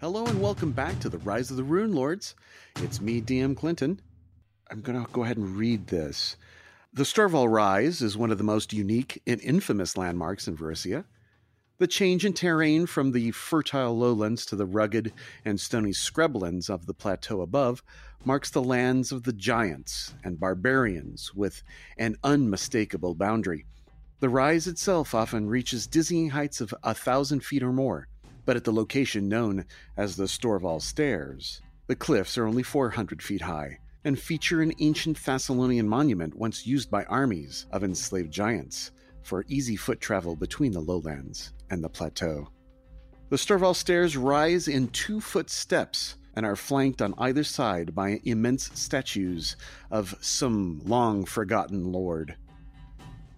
Hello and welcome back to the Rise of the Rune Lords. It's me, DM Clinton. I'm going to go ahead and read this. The Storval Rise is one of the most unique and infamous landmarks in Verisia. The change in terrain from the fertile lowlands to the rugged and stony scrublands of the plateau above marks the lands of the giants and barbarians with an unmistakable boundary. The rise itself often reaches dizzying heights of a thousand feet or more, but at the location known as the Storval Stairs, the cliffs are only 400 feet high and feature an ancient Thessalonian monument once used by armies of enslaved giants for easy foot travel between the lowlands and the plateau. The Storval Stairs rise in two foot steps and are flanked on either side by immense statues of some long forgotten lord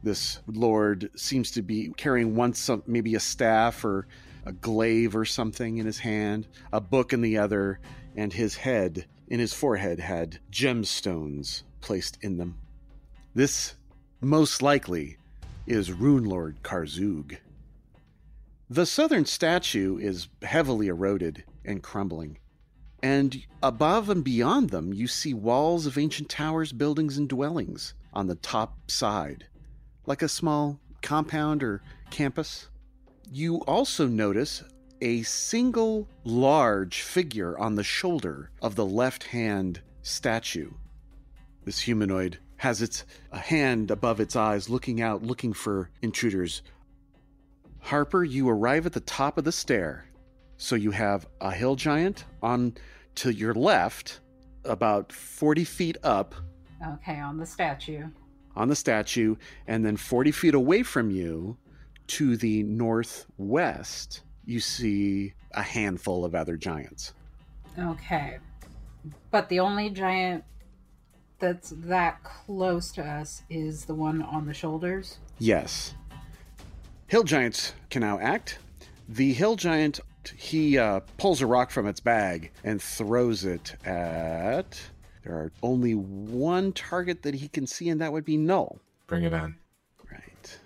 this lord seems to be carrying once some maybe a staff or a glaive or something in his hand, a book in the other, and his head in his forehead had gemstones placed in them. This most likely is Rune Lord Karzug. The southern statue is heavily eroded and crumbling. And above and beyond them, you see walls of ancient towers, buildings, and dwellings on the top side like a small compound or campus. You also notice a single large figure on the shoulder of the left hand statue. This humanoid has its a hand above its eyes, looking out, looking for intruders. Harper, you arrive at the top of the stair. So you have a hill giant on to your left, about 40 feet up, Okay, on the statue. on the statue, and then 40 feet away from you to the northwest, you see a handful of other giants. Okay. But the only giant that's that close to us is the one on the shoulders. Yes. Hill giants can now act. The hill giant, he uh, pulls a rock from its bag and throws it at. There are only one target that he can see, and that would be Null. Bring it on. Right.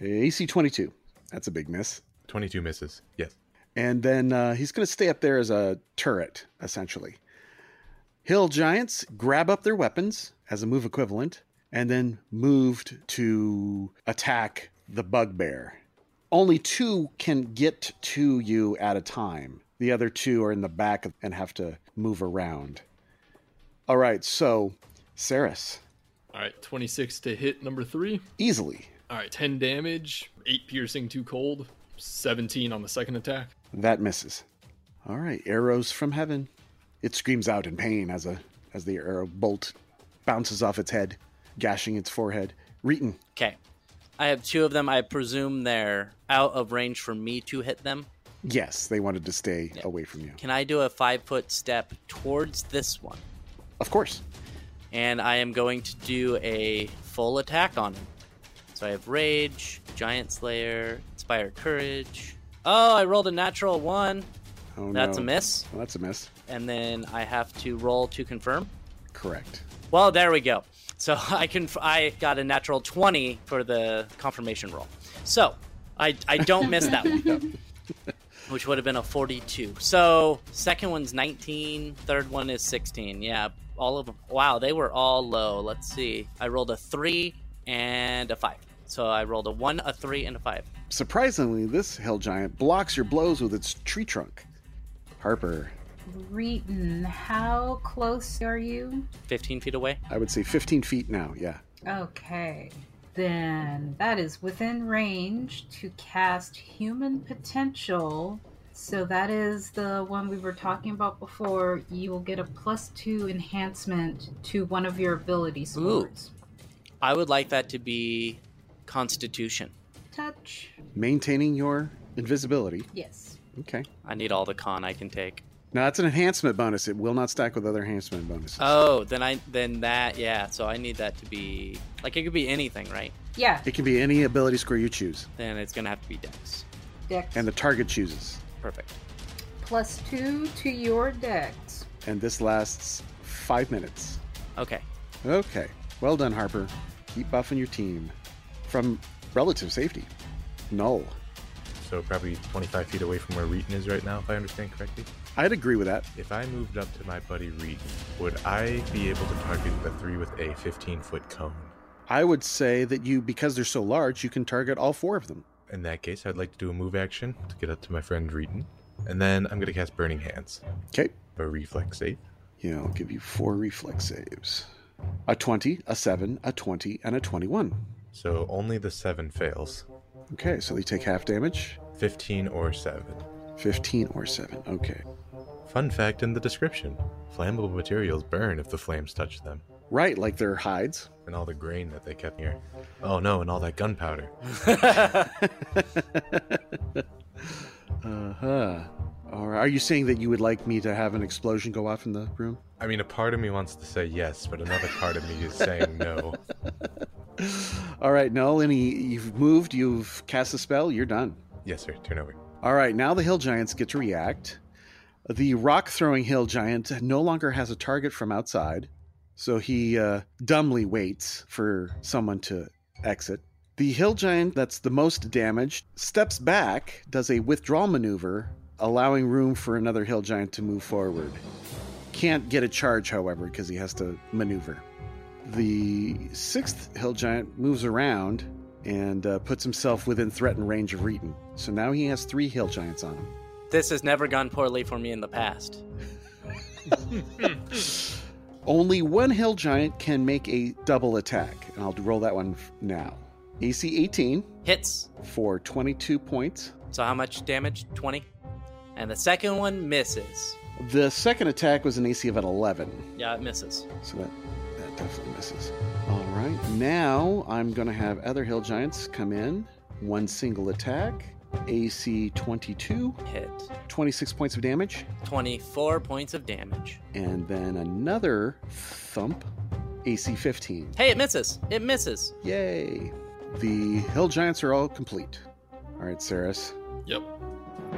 AC 22. That's a big miss. 22 misses. Yes. And then uh, he's going to stay up there as a turret, essentially. Hill giants grab up their weapons as a move equivalent and then moved to attack the bugbear. Only two can get to you at a time. The other two are in the back and have to move around. All right, so Saris, All right, 26 to hit number three. easily. All right, 10 damage, 8 piercing, 2 cold, 17 on the second attack. That misses. All right, arrows from heaven. It screams out in pain as a as the arrow bolt bounces off its head, gashing its forehead. Reeton, Okay. I have two of them. I presume they're out of range for me to hit them. yes, they wanted to stay away from you. Can I do a five foot step towards this one? Of course. And I am going to do a full attack on him. So I have Rage, Giant Slayer, Inspire Courage. Oh, I rolled a natural one. Oh That's no. a miss. Well, that's a miss. And then I have to roll to confirm. Correct. Well, there we go. So I can I got a natural 20 for the confirmation roll. So I, I don't miss that one, which would have been a 42. So second one's 19, third one is 16. Yeah, all of them. Wow, they were all low. Let's see. I rolled a 3 and a 5. So I rolled a 1, a 3, and a 5. Surprisingly, this hill giant blocks your blows with its tree trunk. Harper, Reeton, how close are you? 15 feet away. I would say 15 feet now. Yeah. Okay. Then that is within range to cast Human Potential. So that is the one we were talking about before. You will get a plus two enhancement to one of your ability scores. I would like that to be Constitution. Touch. Maintaining your invisibility. Yes. Okay. I need all the con I can take. Now that's an enhancement bonus. It will not stack with other enhancement bonuses. Oh, then I then that yeah. So I need that to be like it could be anything, right? Yeah. It can be any ability score you choose, Then it's gonna have to be Dex. Dex. and the target chooses. Perfect. plus two to your dex. And this lasts five minutes. Okay. Okay. Well done, Harper. Keep buffing your team. From relative safety. Null. so probably 25 feet away from where Reeton is right now, if I understand correctly. I'd agree with that. If I moved up to my buddy Reeton, would I be able to target the three with a 15 foot cone? I would say that you, because they're so large, you can target all four of them. In that case, I'd like to do a move action to get up to my friend Reeton, and then I'm going to cast Burning Hands. Okay. A reflex save. Yeah, I'll give you four reflex saves a 20, a 7, a 20, and a 21. So only the seven fails. Okay, so they take half damage 15 or seven. 15 or 7. Okay. Fun fact in the description flammable materials burn if the flames touch them, Right, like their hides. and all the grain that they kept here. Oh no, and all that gunpowder. Uh huh. All right. Are you saying that you would like me to have an explosion go off in the room? I mean, a part of me wants to say yes, but another part of me is saying no. All right, Null, any you've moved, you've cast a spell, you're done. Yes, sir, turn over. All right, now the hill giants get to react. The rock throwing hill giant no longer has a target from outside, so he uh, dumbly waits for someone to exit. The hill giant that's the most damaged steps back, does a withdrawal maneuver, allowing room for another hill giant to move forward. Can't get a charge, however, because he has to maneuver. The sixth hill giant moves around and uh, puts himself within threatened range of Reeton. So now he has three hill giants on him. This has never gone poorly for me in the past. Only one hill giant can make a double attack, and I'll roll that one f- now. AC 18 Hits. for 22 points. So how much damage? 20. And the second one misses. The second attack was an AC of an 11. Yeah, it misses. So that, that definitely misses. All right. Now I'm going to have other hill giants come in. One single attack, AC 22, Hit. 26 points of damage, 24 points of damage. and then another thump, AC 15. Hey, it misses. It misses. Yay. The hill giants are all complete. All right, Saris. Yep.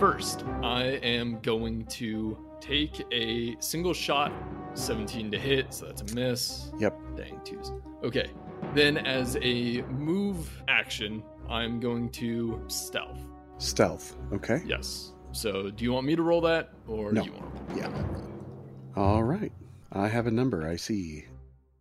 First, I am going to take a single shot, 17 to hit, so that's a miss. Yep. Dang twos. Okay. Then, as a move action, I'm going to stealth. Stealth. Okay. Yes. So, do you want me to roll that, or No. do you want? Yeah. All right. I have a number. I see.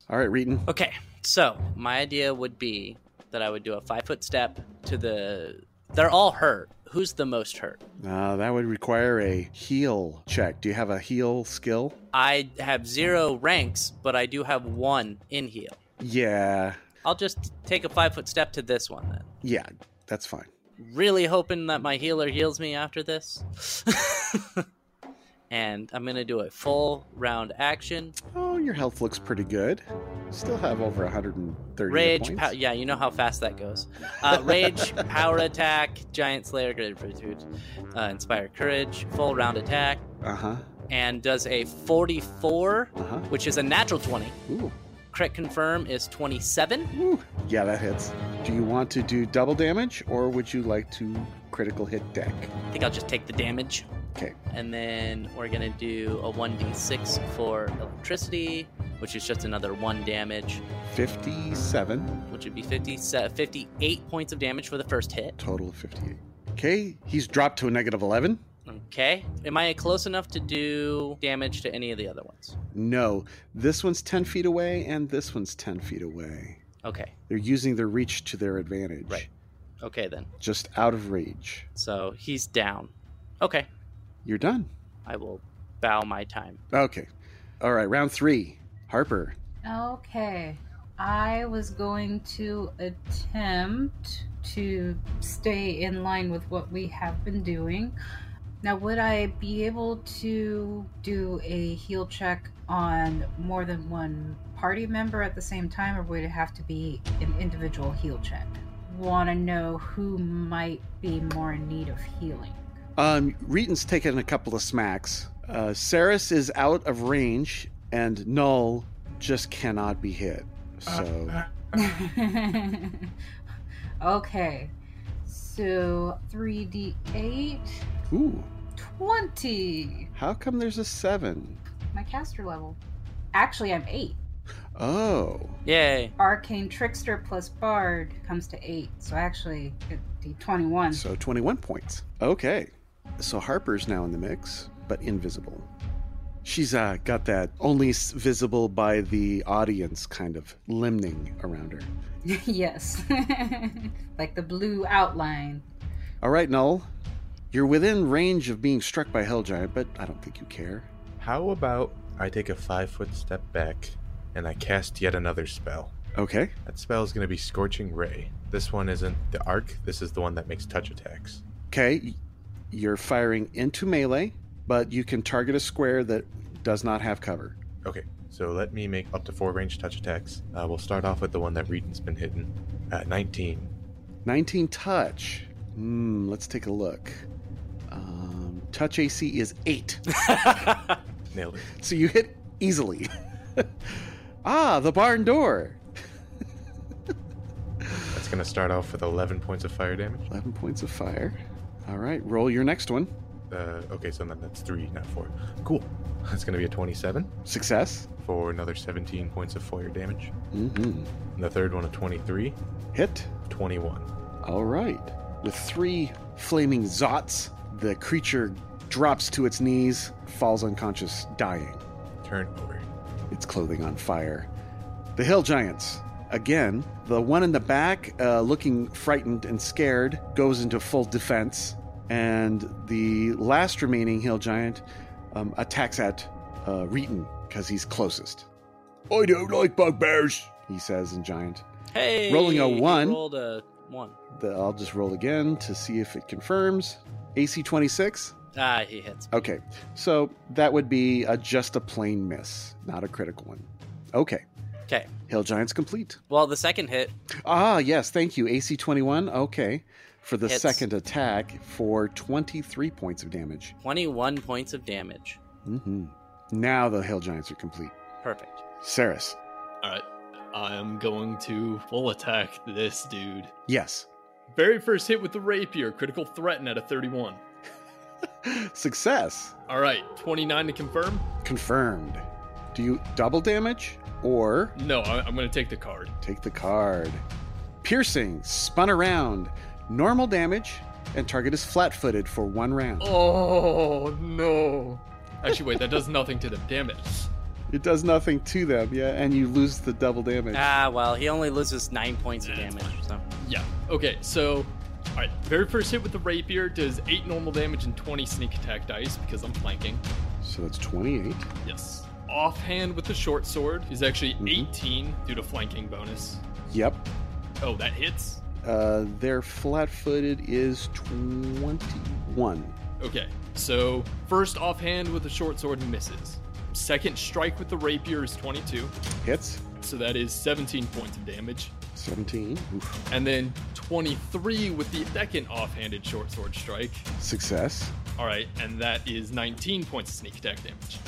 All right, Reeton. Okay, so my idea would be that I would do a five foot step to the. They're all hurt. Who's the most hurt? Uh, that would require a heal check. Do you have a heal skill? I have zero ranks, but I do have one in heal. Yeah. I'll just take a five foot step to this one then. Yeah, that's fine. really hoping that my healer heals me after this. and I'm going to do a full round action. Oh, your health looks pretty good. Still have over 130 hit Rage. points. pow yeah, you know how fast that goes. Uh, rage, power attack, giant slayer, great fortitude, uh, inspire courage, full round attack, Uh-huh. and does a 44, Uh-huh. which is a natural 20. Ooh. Crit confirm is 27. Woo. Yeah, that hits. Do you want to do double damage or would you like to critical hit deck? I think I'll just take the damage. Okay. And then we're going to do a 1d6 for electricity, which is just another 1 damage. 57 which would be 50, se- 58 points of damage for the first hit. total of 58. Okay, he's dropped to a negative 11. Okay. Am I close enough to do damage to any of the other ones? No, this one's 10 feet away and this one's 10 feet away. Okay. They're using their reach to their advantage. Right. Okay, then. Just out of rage. So he's down. Okay. You're done. I will bow my time. Okay. All right, round three. Harper. Okay. I was going to attempt to stay in line with what we have been doing. Now, would I be able to do a heal check on more than one party member at the same time, or would it have to be an individual heal check? Want to know who might be more in need of healing. Um, Reeton's taken a couple of smacks. Uh, Saris is out of range, and Null just cannot be hit. So, okay. So 3d8, ooh, 20. how come there's a seven? My caster level. Actually, I'm 8. Oh, Yay. Arcane Trickster plus Bard comes to 8. So actually, it'd be 21. so 21 points. Okay. So Harper's now in the mix, but invisible. She's uh, got that only s- visible by the audience kind of limning around her. yes. like the blue outline. All right, Null. You're within range of being struck by Hell Giant, but I don't think you care. How about I take a five foot step back and I cast yet another spell? Okay. That spell is going to be Scorching Ray. This one isn't the arc, this is the one that makes touch attacks. Okay. y- You're firing into melee, but you can target a square that does not have cover. Okay, so let me make up to four ranged touch attacks. Uh, we'll start off with the one that Reedon's been hitting. Uh, 19. 19 touch. Hmm, let's take a look. Um, touch AC is 8. Nailed it. So you hit easily. ah, the barn door. That's going to start off with 11 points of fire damage. 11 points of fire. All right, roll your next one. Uh, okay, so then that's three, not four. Cool. That's going to be a 27 Success. for another 17 points of fire damage. Mm-hmm. And the third one, a 23, Hit. 21. All right. With three flaming zots, the creature drops to its knees, falls unconscious, dying, Turn over. its clothing on fire. The hill giants. Again, the one in the back, uh, looking frightened and scared, goes into full defense, and the last remaining hill giant um, attacks at uh, Reeton because he's closest. I don't like bugbears, he says in giant. Hey, Rolling a he one. Rolled a one. The, I'll just roll again to see if it confirms. AC 26? Ah, he hits. Okay. So that would be a, just a plain miss, not a critical one. Okay. Okay. Hill Giants complete. Well, the second hit. Ah, yes. Thank you. AC 21? Okay. For the Hits. second attack for 23 points of damage. 21 points of damage. hmm Now the Hill Giants are complete. Perfect. Saris. All right. I'm going to full attack this dude. Yes. Very first hit with the rapier, critical threaten at a 31. Success. All right, 29 to confirm. Confirmed. Do you double damage or No, I, I'm going to take the card. Take the card. Piercing, spun around, normal damage, and target is flat footed for one round. Oh no! Actually, wait, that does nothing to them. Damn it! It does nothing to them, yeah, and you lose the double damage. Ah, well, he only loses nine points of damage. So Yeah. Okay. So, all right. Very first hit with the rapier does eight normal damage and 20 sneak attack dice because I'm flanking. So that's 28. Yes. Offhand with the short sword is actually Mhm. 18 due to flanking bonus. Yep. Oh, that hits. Uh, their flat footed is 21. Okay, so first offhand with the short sword misses. Second strike with the rapier is 22, Hits. so that is 17 points of damage. 17. Oof. And then 23 with the second offhanded short sword strike. Success. All right, and that is 19 points of sneak attack damage.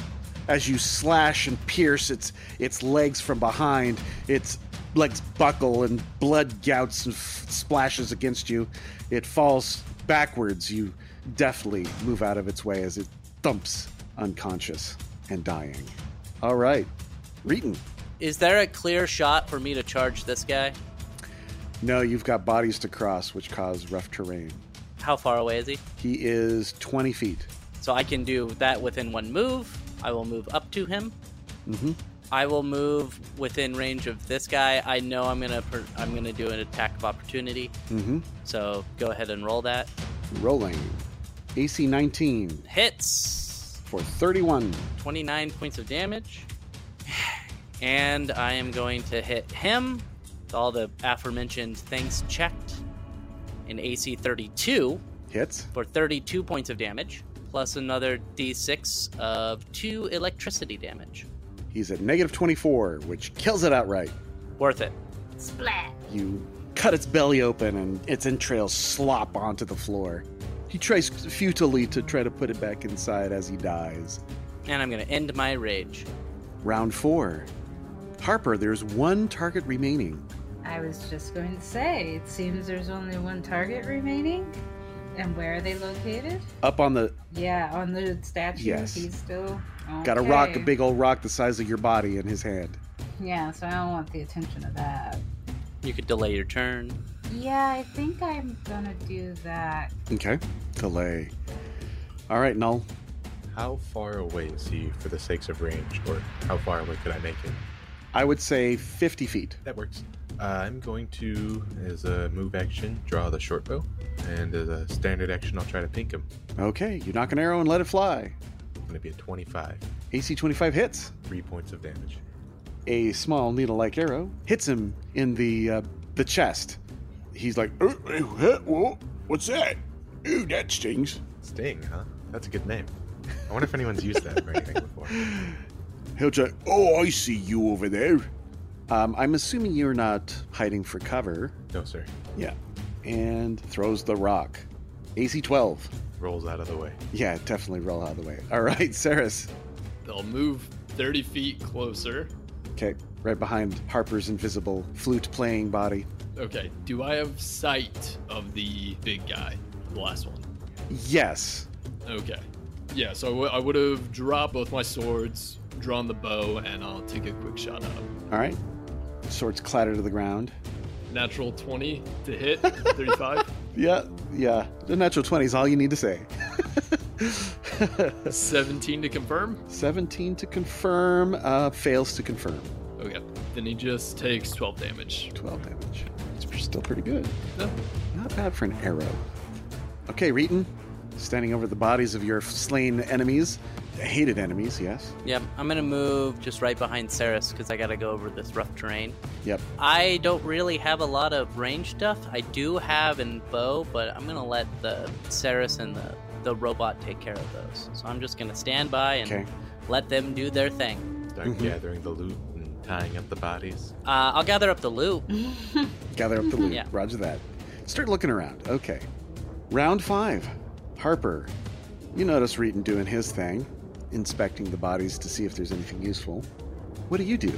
As you slash and pierce its its legs from behind, its legs buckle and blood gouts and f- splashes against you. It falls backwards. You deftly move out of its way as it thumps unconscious and dying. All right, Reeton. Is there a clear shot for me to charge this guy? No, you've got bodies to cross, which cause rough terrain. How far away is he? He is 20 feet. So I can do that within one move. I will move up to him. Mm-hmm. I will move within range of this guy. I know I'm gonna per- I'm gonna do an attack of opportunity. Mm-hmm. So go ahead and roll that. Rolling. AC 19 Hits. for 31. 29 points of damage. And I am going to hit him with all the aforementioned things checked. An AC 32 Hits. for 32 points of damage, plus another d6 of 2 electricity damage. He's at negative 24, which kills it outright. Worth it. Splat. You cut its belly open and its entrails slop onto the floor. He tries futilely to try to put it back inside as he dies. And I'm going to end my rage. Round four. Harper, there's one target remaining. I was just going to say, it seems there's only one target remaining. And where are they located? Up on the. Yeah, on the statue. Yes. He's still. Got a rock, a Okay. big old rock the size of your body in his hand. Yeah, so I don't want the attention of that. You could delay your turn. Yeah, I think I'm gonna do that. Okay. Delay. All right, Null. How far away is he for the sakes of range, or how far away could I make it? I would say 50 feet. That works. Uh, I'm going to, as a move action, draw the short bow, and as a standard action, I'll try to pink him. Okay. You knock an arrow and let it fly. It's going to be a 25, AC 25 hits. three points of damage. A small needle-like arrow hits him in the uh, the chest. He's like, "Uh, uh, huh, whoa, "What's that? Ooh, that stings." Sting, huh? That's a good name. I wonder if anyone's used that for anything before. He'll try. "Oh, I see you over there." Um, I'm assuming you're not hiding for cover. No, sir. Yeah. And throws the rock. AC 12. Rolls out of the way. Yeah, definitely roll out of the way. All right, Saris. They'll move 30 feet closer. Okay, right behind Harper's invisible flute playing body. Okay, do I have sight of the big guy? The last one. Yes. Okay. Yeah, so I would have dropped both my swords, drawn the bow, and I'll take a quick shot at him. All right. Swords clatter to the ground. Natural 20 to hit, 35. Yeah, yeah. The natural 20 is all you need to say. 17 to confirm. 17 to confirm, uh, fails to confirm. Okay. Then he just takes 12 damage. 12 damage. It's still pretty good. No. Not bad for an arrow. Okay, Reeton, standing over the bodies of your slain enemies, hated enemies, yes. Yep, I'm gonna move just right behind Saris because I gotta go over this rough terrain. Yep. I don't really have a lot of range stuff. I do have in bow, but I'm gonna let the Saris and the, the robot take care of those. So I'm just gonna stand by and Okay. let them do their thing. Start Mhm. gathering the loot and tying up the bodies. Uh, I'll gather up the loot. Gather up the loot. Yeah. Roger that. Start looking around. Okay. Round five. Harper. You notice Reeton doing his thing, inspecting the bodies to see if there's anything useful. What do you do?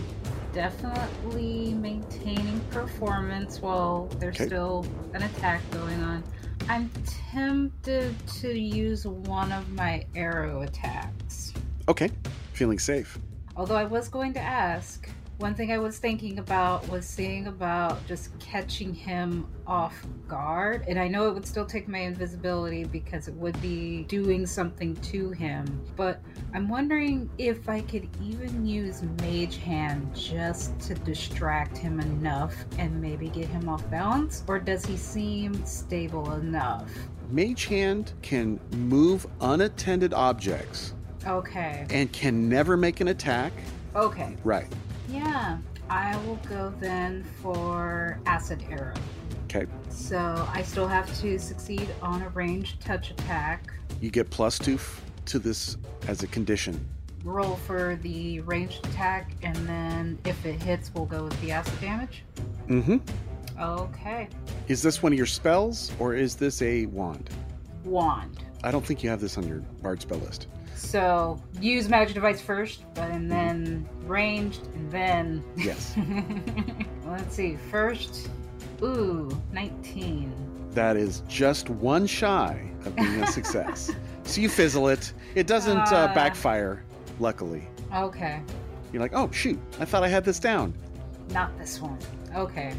Definitely maintaining performance while there's Okay. still an attack going on. I'm tempted to use one of my arrow attacks. Okay. Feeling safe. Although I was going to ask, one thing I was thinking about was seeing about just catching him off guard. And I know it would still take my invisibility because it would be doing something to him. But I'm wondering if I could even use Mage Hand just to distract him enough and maybe get him off balance. Or does he seem stable enough? Mage Hand can move unattended objects Okay. and can never make an attack. Okay. Right. Yeah. I will go then for Acid Arrow. Okay. So I still have to succeed on a ranged touch attack. You get plus two f- to this as a condition. Roll for the ranged attack, and then if it hits, we'll go with the acid damage. Mm hmm. Okay. Is this one of your spells or is this a wand? Wand. I don't think you have this on your bard spell list. So use magic device first, but and then ranged, and then. Yes. Let's see. First, ooh, 19. that is just one shy of being a success. so you fizzle it. It doesn't uh, Ah. backfire, luckily. Okay. You're like, oh, shoot, I thought I had this down. Not this one. Okay.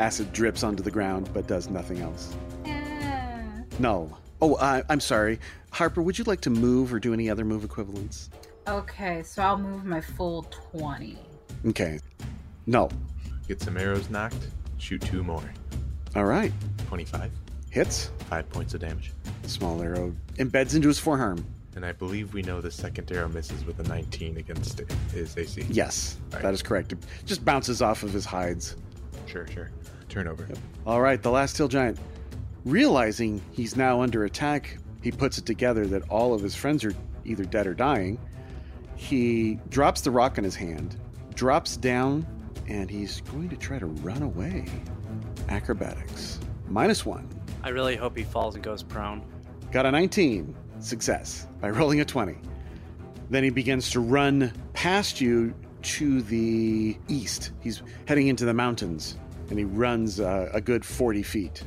Acid drips onto the ground but does nothing else. Eh. Null. Oh, I, I'm sorry. Harper, would you like to move or do any other move equivalents? Okay, so I'll move my full 20. Okay. Null. Get some arrows knocked, shoot two more. All right. 25, Hits. 5 points of damage. Small arrow embeds into his forearm. And I believe we know the second arrow misses with a 19 against it, his AC. Yes, All right. that is correct. It just bounces off of his hides. Sure, sure. Turnover. All right, the last hill giant. Realizing he's now under attack, he puts it together that all of his friends are either dead or dying. He drops the rock in his hand, drops down, and he's going to try to run away. Acrobatics. Minus one. I really hope he falls and goes prone. Got a 19. Success by rolling a 20. Then he begins to run past you to the east. He's heading into the mountains and he runs uh, a good 40 feet.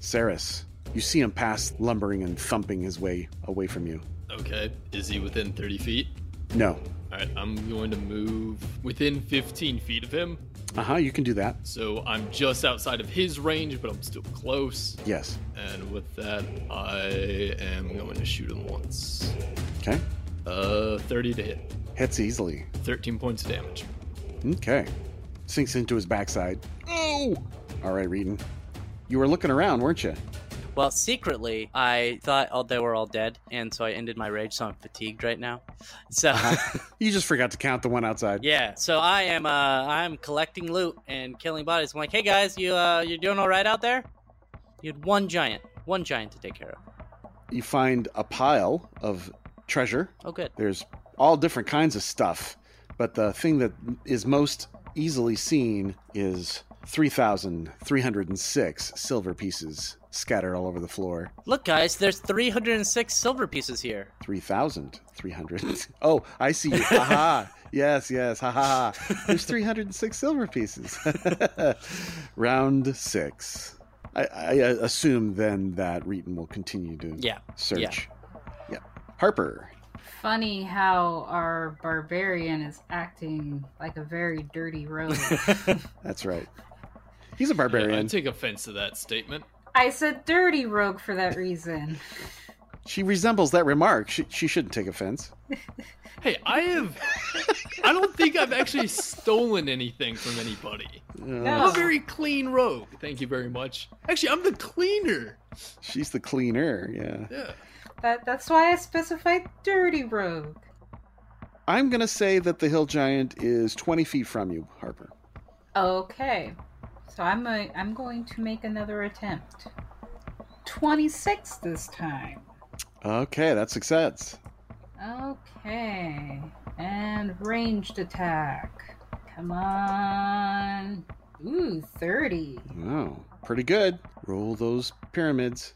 Saris, you see him pass, lumbering and thumping his way away from you. Okay, is he within 30 feet? No. All right, I'm going to move within 15 feet of him Uh huh. You can do that. So I'm just outside of his range, but I'm still close. Yes. And with that, I am going to shoot him once. Okay. Uh, 30 to hit. Hits easily. 13 points of damage. Okay. Sinks into his backside. Oh! All right, Reedon. You were looking around, weren't you? Well, secretly, I thought all, they were all dead, and so I ended my rage, so I'm fatigued right now. So, You just forgot to count the one outside. yeah, so I am uh, I'm collecting loot and killing bodies. I'm like, hey guys, you uh, you're doing all right out there? You had one giant, one giant to take care of. You find a pile of treasure. Oh, good. There's all different kinds of stuff, but the thing that is most easily seen is 3,306 silver pieces scattered all over the floor. Look, guys, there's 306 silver pieces here. 3,300. Oh, I see you. Aha. Yes, yes. Ha ha. ha. There's 306 silver pieces. Round six. I, I assume then that Reeton will continue to Yeah. search. Yeah. Harper. Funny how our barbarian is acting like a very dirty rogue. That's right. He's a I, I barbarian. take offense to that statement. I said dirty rogue for that reason. she resembles that remark. She, she shouldn't take offense. Hey, I have. I don't think I've actually stolen anything from anybody. Uh, I'm No. a very clean rogue. Thank you very much. Actually, I'm the cleaner. She's the cleaner. Yeah. Yeah. That that's why I specified dirty rogue. I'm going to say that the hill giant is 20 feet from you, Harper. Okay. So I'm a, I'm going to make another attempt. 26 this time. Okay, that's success. Okay. And ranged attack. Come on. Ooh, 30. Wow, pretty good. Roll those pyramids.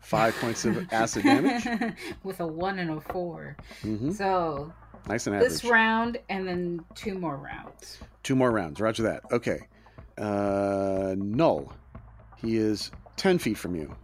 Five points of acid damage. With a 1 and a 4. hmm So, Nice and this average. round and then two more rounds. Two more rounds. Roger that. Okay. Uh, null. He is ten feet from you.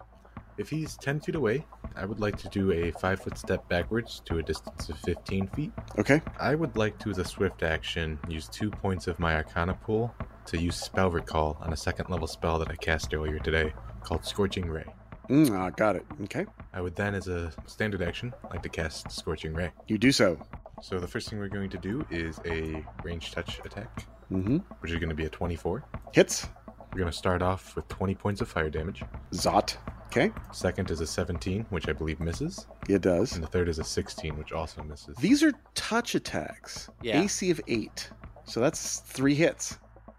If he's 10 feet away, I would like to do a 5 foot step backwards to a distance of 15 feet. Okay. I would like to, as a swift action, use two points of my Arcana pool to use Spell Recall on a second level spell that I cast earlier today called Scorching Ray. Mm, ah, got it. Okay. I would then, as a standard action, like to cast Scorching Ray. You do so. So the first thing we're going to do is a range touch attack, Mm-hmm. which is going to be a 24. Hits. We're going to start off with 20 points of fire damage. Zot. Okay. Second is a 17, which I believe misses. It does. And the third is a 16, which also misses. These are touch attacks. Yeah. AC of eight. So that's three hits.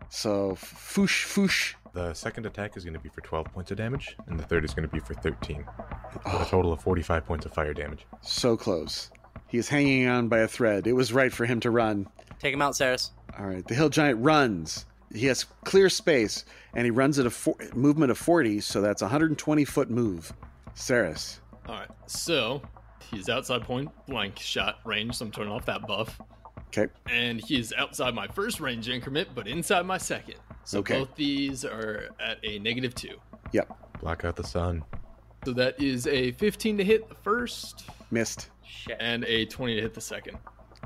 So f- foosh foosh. The second attack is going to be for 12 points of damage, and the third is going to be for 13. For a Oh, total of 45 points of fire damage. so close. He is hanging on by a thread. It was right for him to run. Take him out, Saris. All right. The hill giant runs. He has clear space, and he runs at a for- movement of 40, so that's 120 foot move. Saris. All right. So he's outside point blank shot range, so I'm turning off that buff. Okay. And he is outside my first range increment, but inside my second. So Okay. both these are at a negative two. Block out the sun. So that is a 15 to hit the first Missed. Shit. and a 20 to hit the second.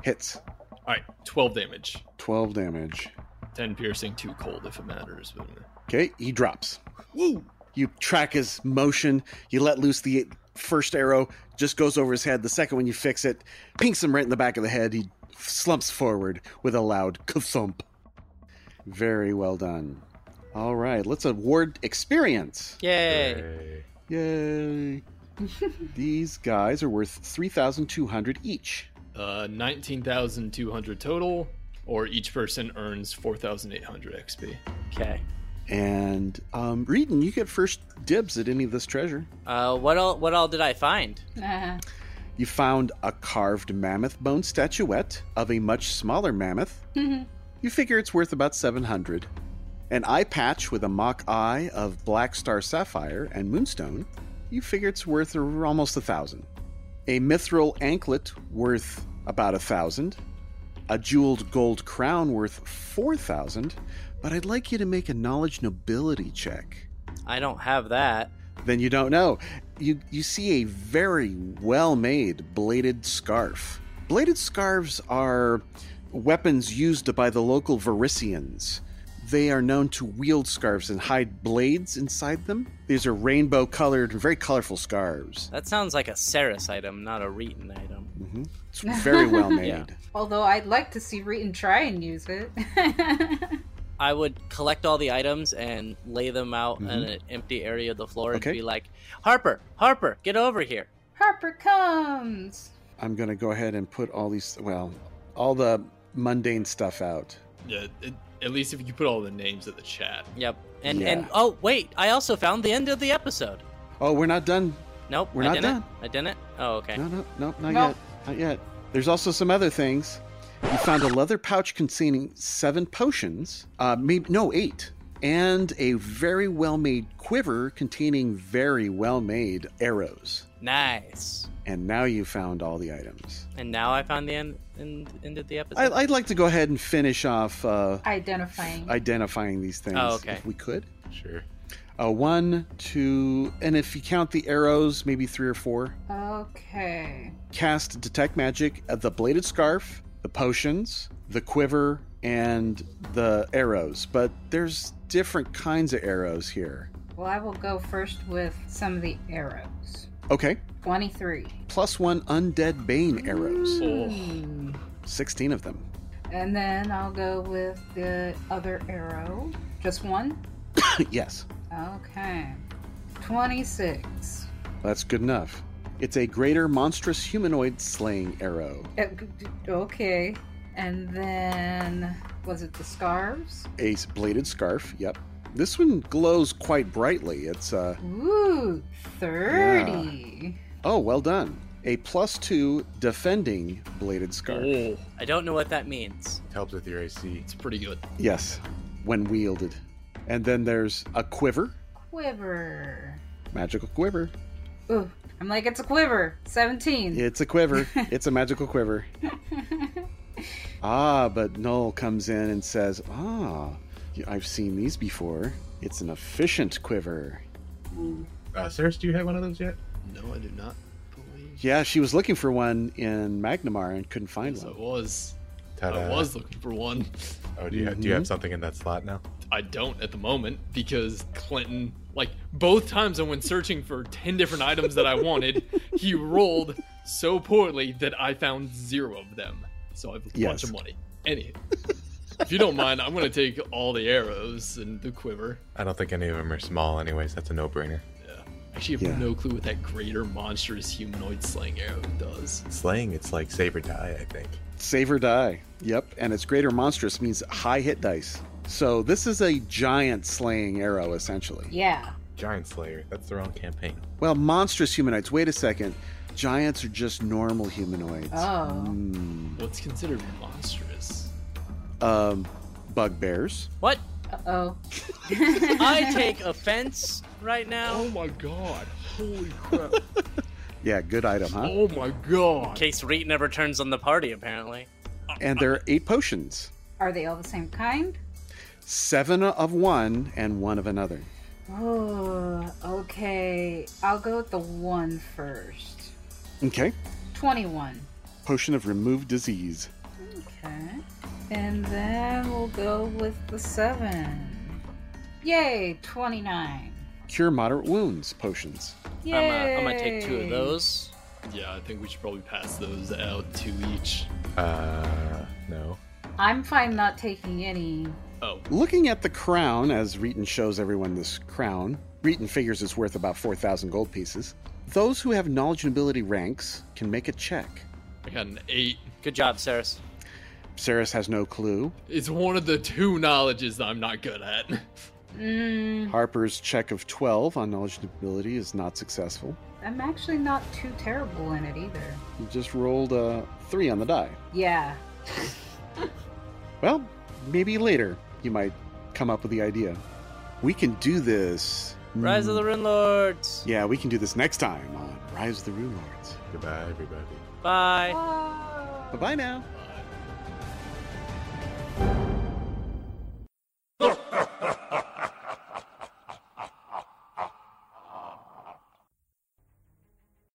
Hits. All right, 12 damage. 12 damage. 10 piercing, 2 cold if it matters. But... Okay. He drops. Woo! You track his motion. You let loose the first arrow, just goes over his head. The second one, you fix it, pinks him right in the back of the head. He slumps forward with a loud thump. Very well done. All right. Let's award experience. Yay. Yay. Yay. These guys are worth 3,200 each. Uh, 19,200 total, or each person earns 4,800 XP. Okay. And um Reedon, you get first dibs at any of this treasure. Uh, what all? What all did I find? Uh, You found a carved mammoth bone statuette of a much smaller mammoth. You figure it's worth about 700. An eye patch with a mock eye of black star sapphire and moonstone. You figure it's worth ar- almost a thousand. A mithril anklet worth about a thousand. A jeweled gold crown worth 4,000. But I'd like you to make a knowledge nobility check I don't have that. then you don't know. You you see a very well-made bladed scarf. Bladed scarves are weapons used by the local Verisians. They are known to wield scarves and hide blades inside them. These are rainbow colored and very colorful scarves. That sounds like a Ceres item, not a Reeton item. hmm It's very well made. Yeah. Although I'd like to see Reeton try and use it. I would collect all the items and lay them out in Mhm. an empty area of the floor and Okay. be like, Harper, Harper, get over here. Harper comes. I'm going to go ahead and put all these, well, all the mundane stuff out. Yeah, it, at least if you put all the names in the chat. Yep. And Yeah. and oh wait, I also found the end of the episode. Oh, we're not done. Nope, We're I not didn't. done. I didn't. Oh okay. No, no, no, not No. yet. Not yet. There's also some other things. You found a leather pouch containing seven potions, uh, maybe no eight, and a very well-made quiver containing very well-made arrows. Nice. And now you found all the items. And now I found the end end, end of the episode. I, I'd like to go ahead and finish off uh, Identifying. identifying these things, Oh, okay. if we could. Sure. Uh, one, two, and if you count the arrows, maybe three or four. Okay. cast detect magic at the bladed scarf, the potions, the quiver, and the arrows. But there's different kinds of arrows here. Well, I will go first with some of the arrows. Okay, 23. plus one undead bane arrows, Hmm. 16 of them. And then I'll go with the other arrow. Just one? yes, Okay. 26. that's good enough. It's a greater monstrous humanoid slaying arrow. Uh, g- d- Okay. And then, was it the scarves? A bladed scarf, yep. This one glows quite brightly. It's uh, Ooh, 30. oh, well done. A plus two defending bladed scarf. Oh, I don't know what that means. It helps with your AC. it's pretty good. Yes, when wielded. And then there's a quiver, Quiver. magical quiver. Ooh, I'm like, it's a quiver. 17. It's a quiver. it's a magical quiver. ah, but Noel comes in and says, "Ah, y- I've seen these before. It's an efficient quiver." Uh, Ceres, do you have one of those yet? No, I do not believe Yeah, she was looking for one in Magnamar and couldn't find yes, I one. was. I Ta-da. was looking for one. Oh, do you, have, do you have Mhm. something in that slot now? I don't at the moment because Clinton, like both times I went searching for 10 different items that I wanted, he rolled so poorly that I found zero of them. So I have a Yes. bunch of money. Anyway, if you don't mind, I'm going to take all the arrows and the quiver. I don't think any of them are small, anyways. That's a no-brainer. Actually, I have Yeah. no clue what that greater monstrous humanoid slang arrow does. Slaying, it's like save or die. I think. Save or die. Yep, and it's greater monstrous means high hit dice. So this is a giant slaying arrow, essentially. Yeah. Giant Slayer. That's the wrong campaign. Well, monstrous humanoids. Wait a second. Giants are just normal humanoids. Oh. Mm. What's considered monstrous? Um, bugbears. What? Uh oh. I take offense right now. Oh my god. Holy crap. Yeah, good item, huh? Oh my In god. case Reet never turns on the party, apparently. And there are eight potions Are they all the same kind? seven of one and one of another. Oh, okay. I'll go with the one first. Okay. 21. Potion of remove disease. Okay. And then we'll go with the seven. Yay, 29. Cure moderate wounds potions. Yay. I'm, uh, I'm gonna take two of those. Yeah, I think we should probably pass those out to each. Uh, no. I'm fine not taking any. Oh, Looking at the crown, as Reeton shows everyone this crown, Reeton figures it's worth about 4,000 gold pieces. Those who have knowledge and ability ranks can make a check. I got an eight. Good job, Ceres. Ceres has no clue. It's one of the two knowledges that I'm not good at. Mm, Harper's check of 12 on knowledge and ability is not successful. I'm actually not too terrible in it either. He just rolled a 3 on the die. Yeah. Well, maybe later you might come up with the idea. We can do this. Rise Mm-hmm. of the Rune Lords. Yeah, we can do this next time on Rise of the Rune Lords. Goodbye, everybody. Bye. Bye bye now.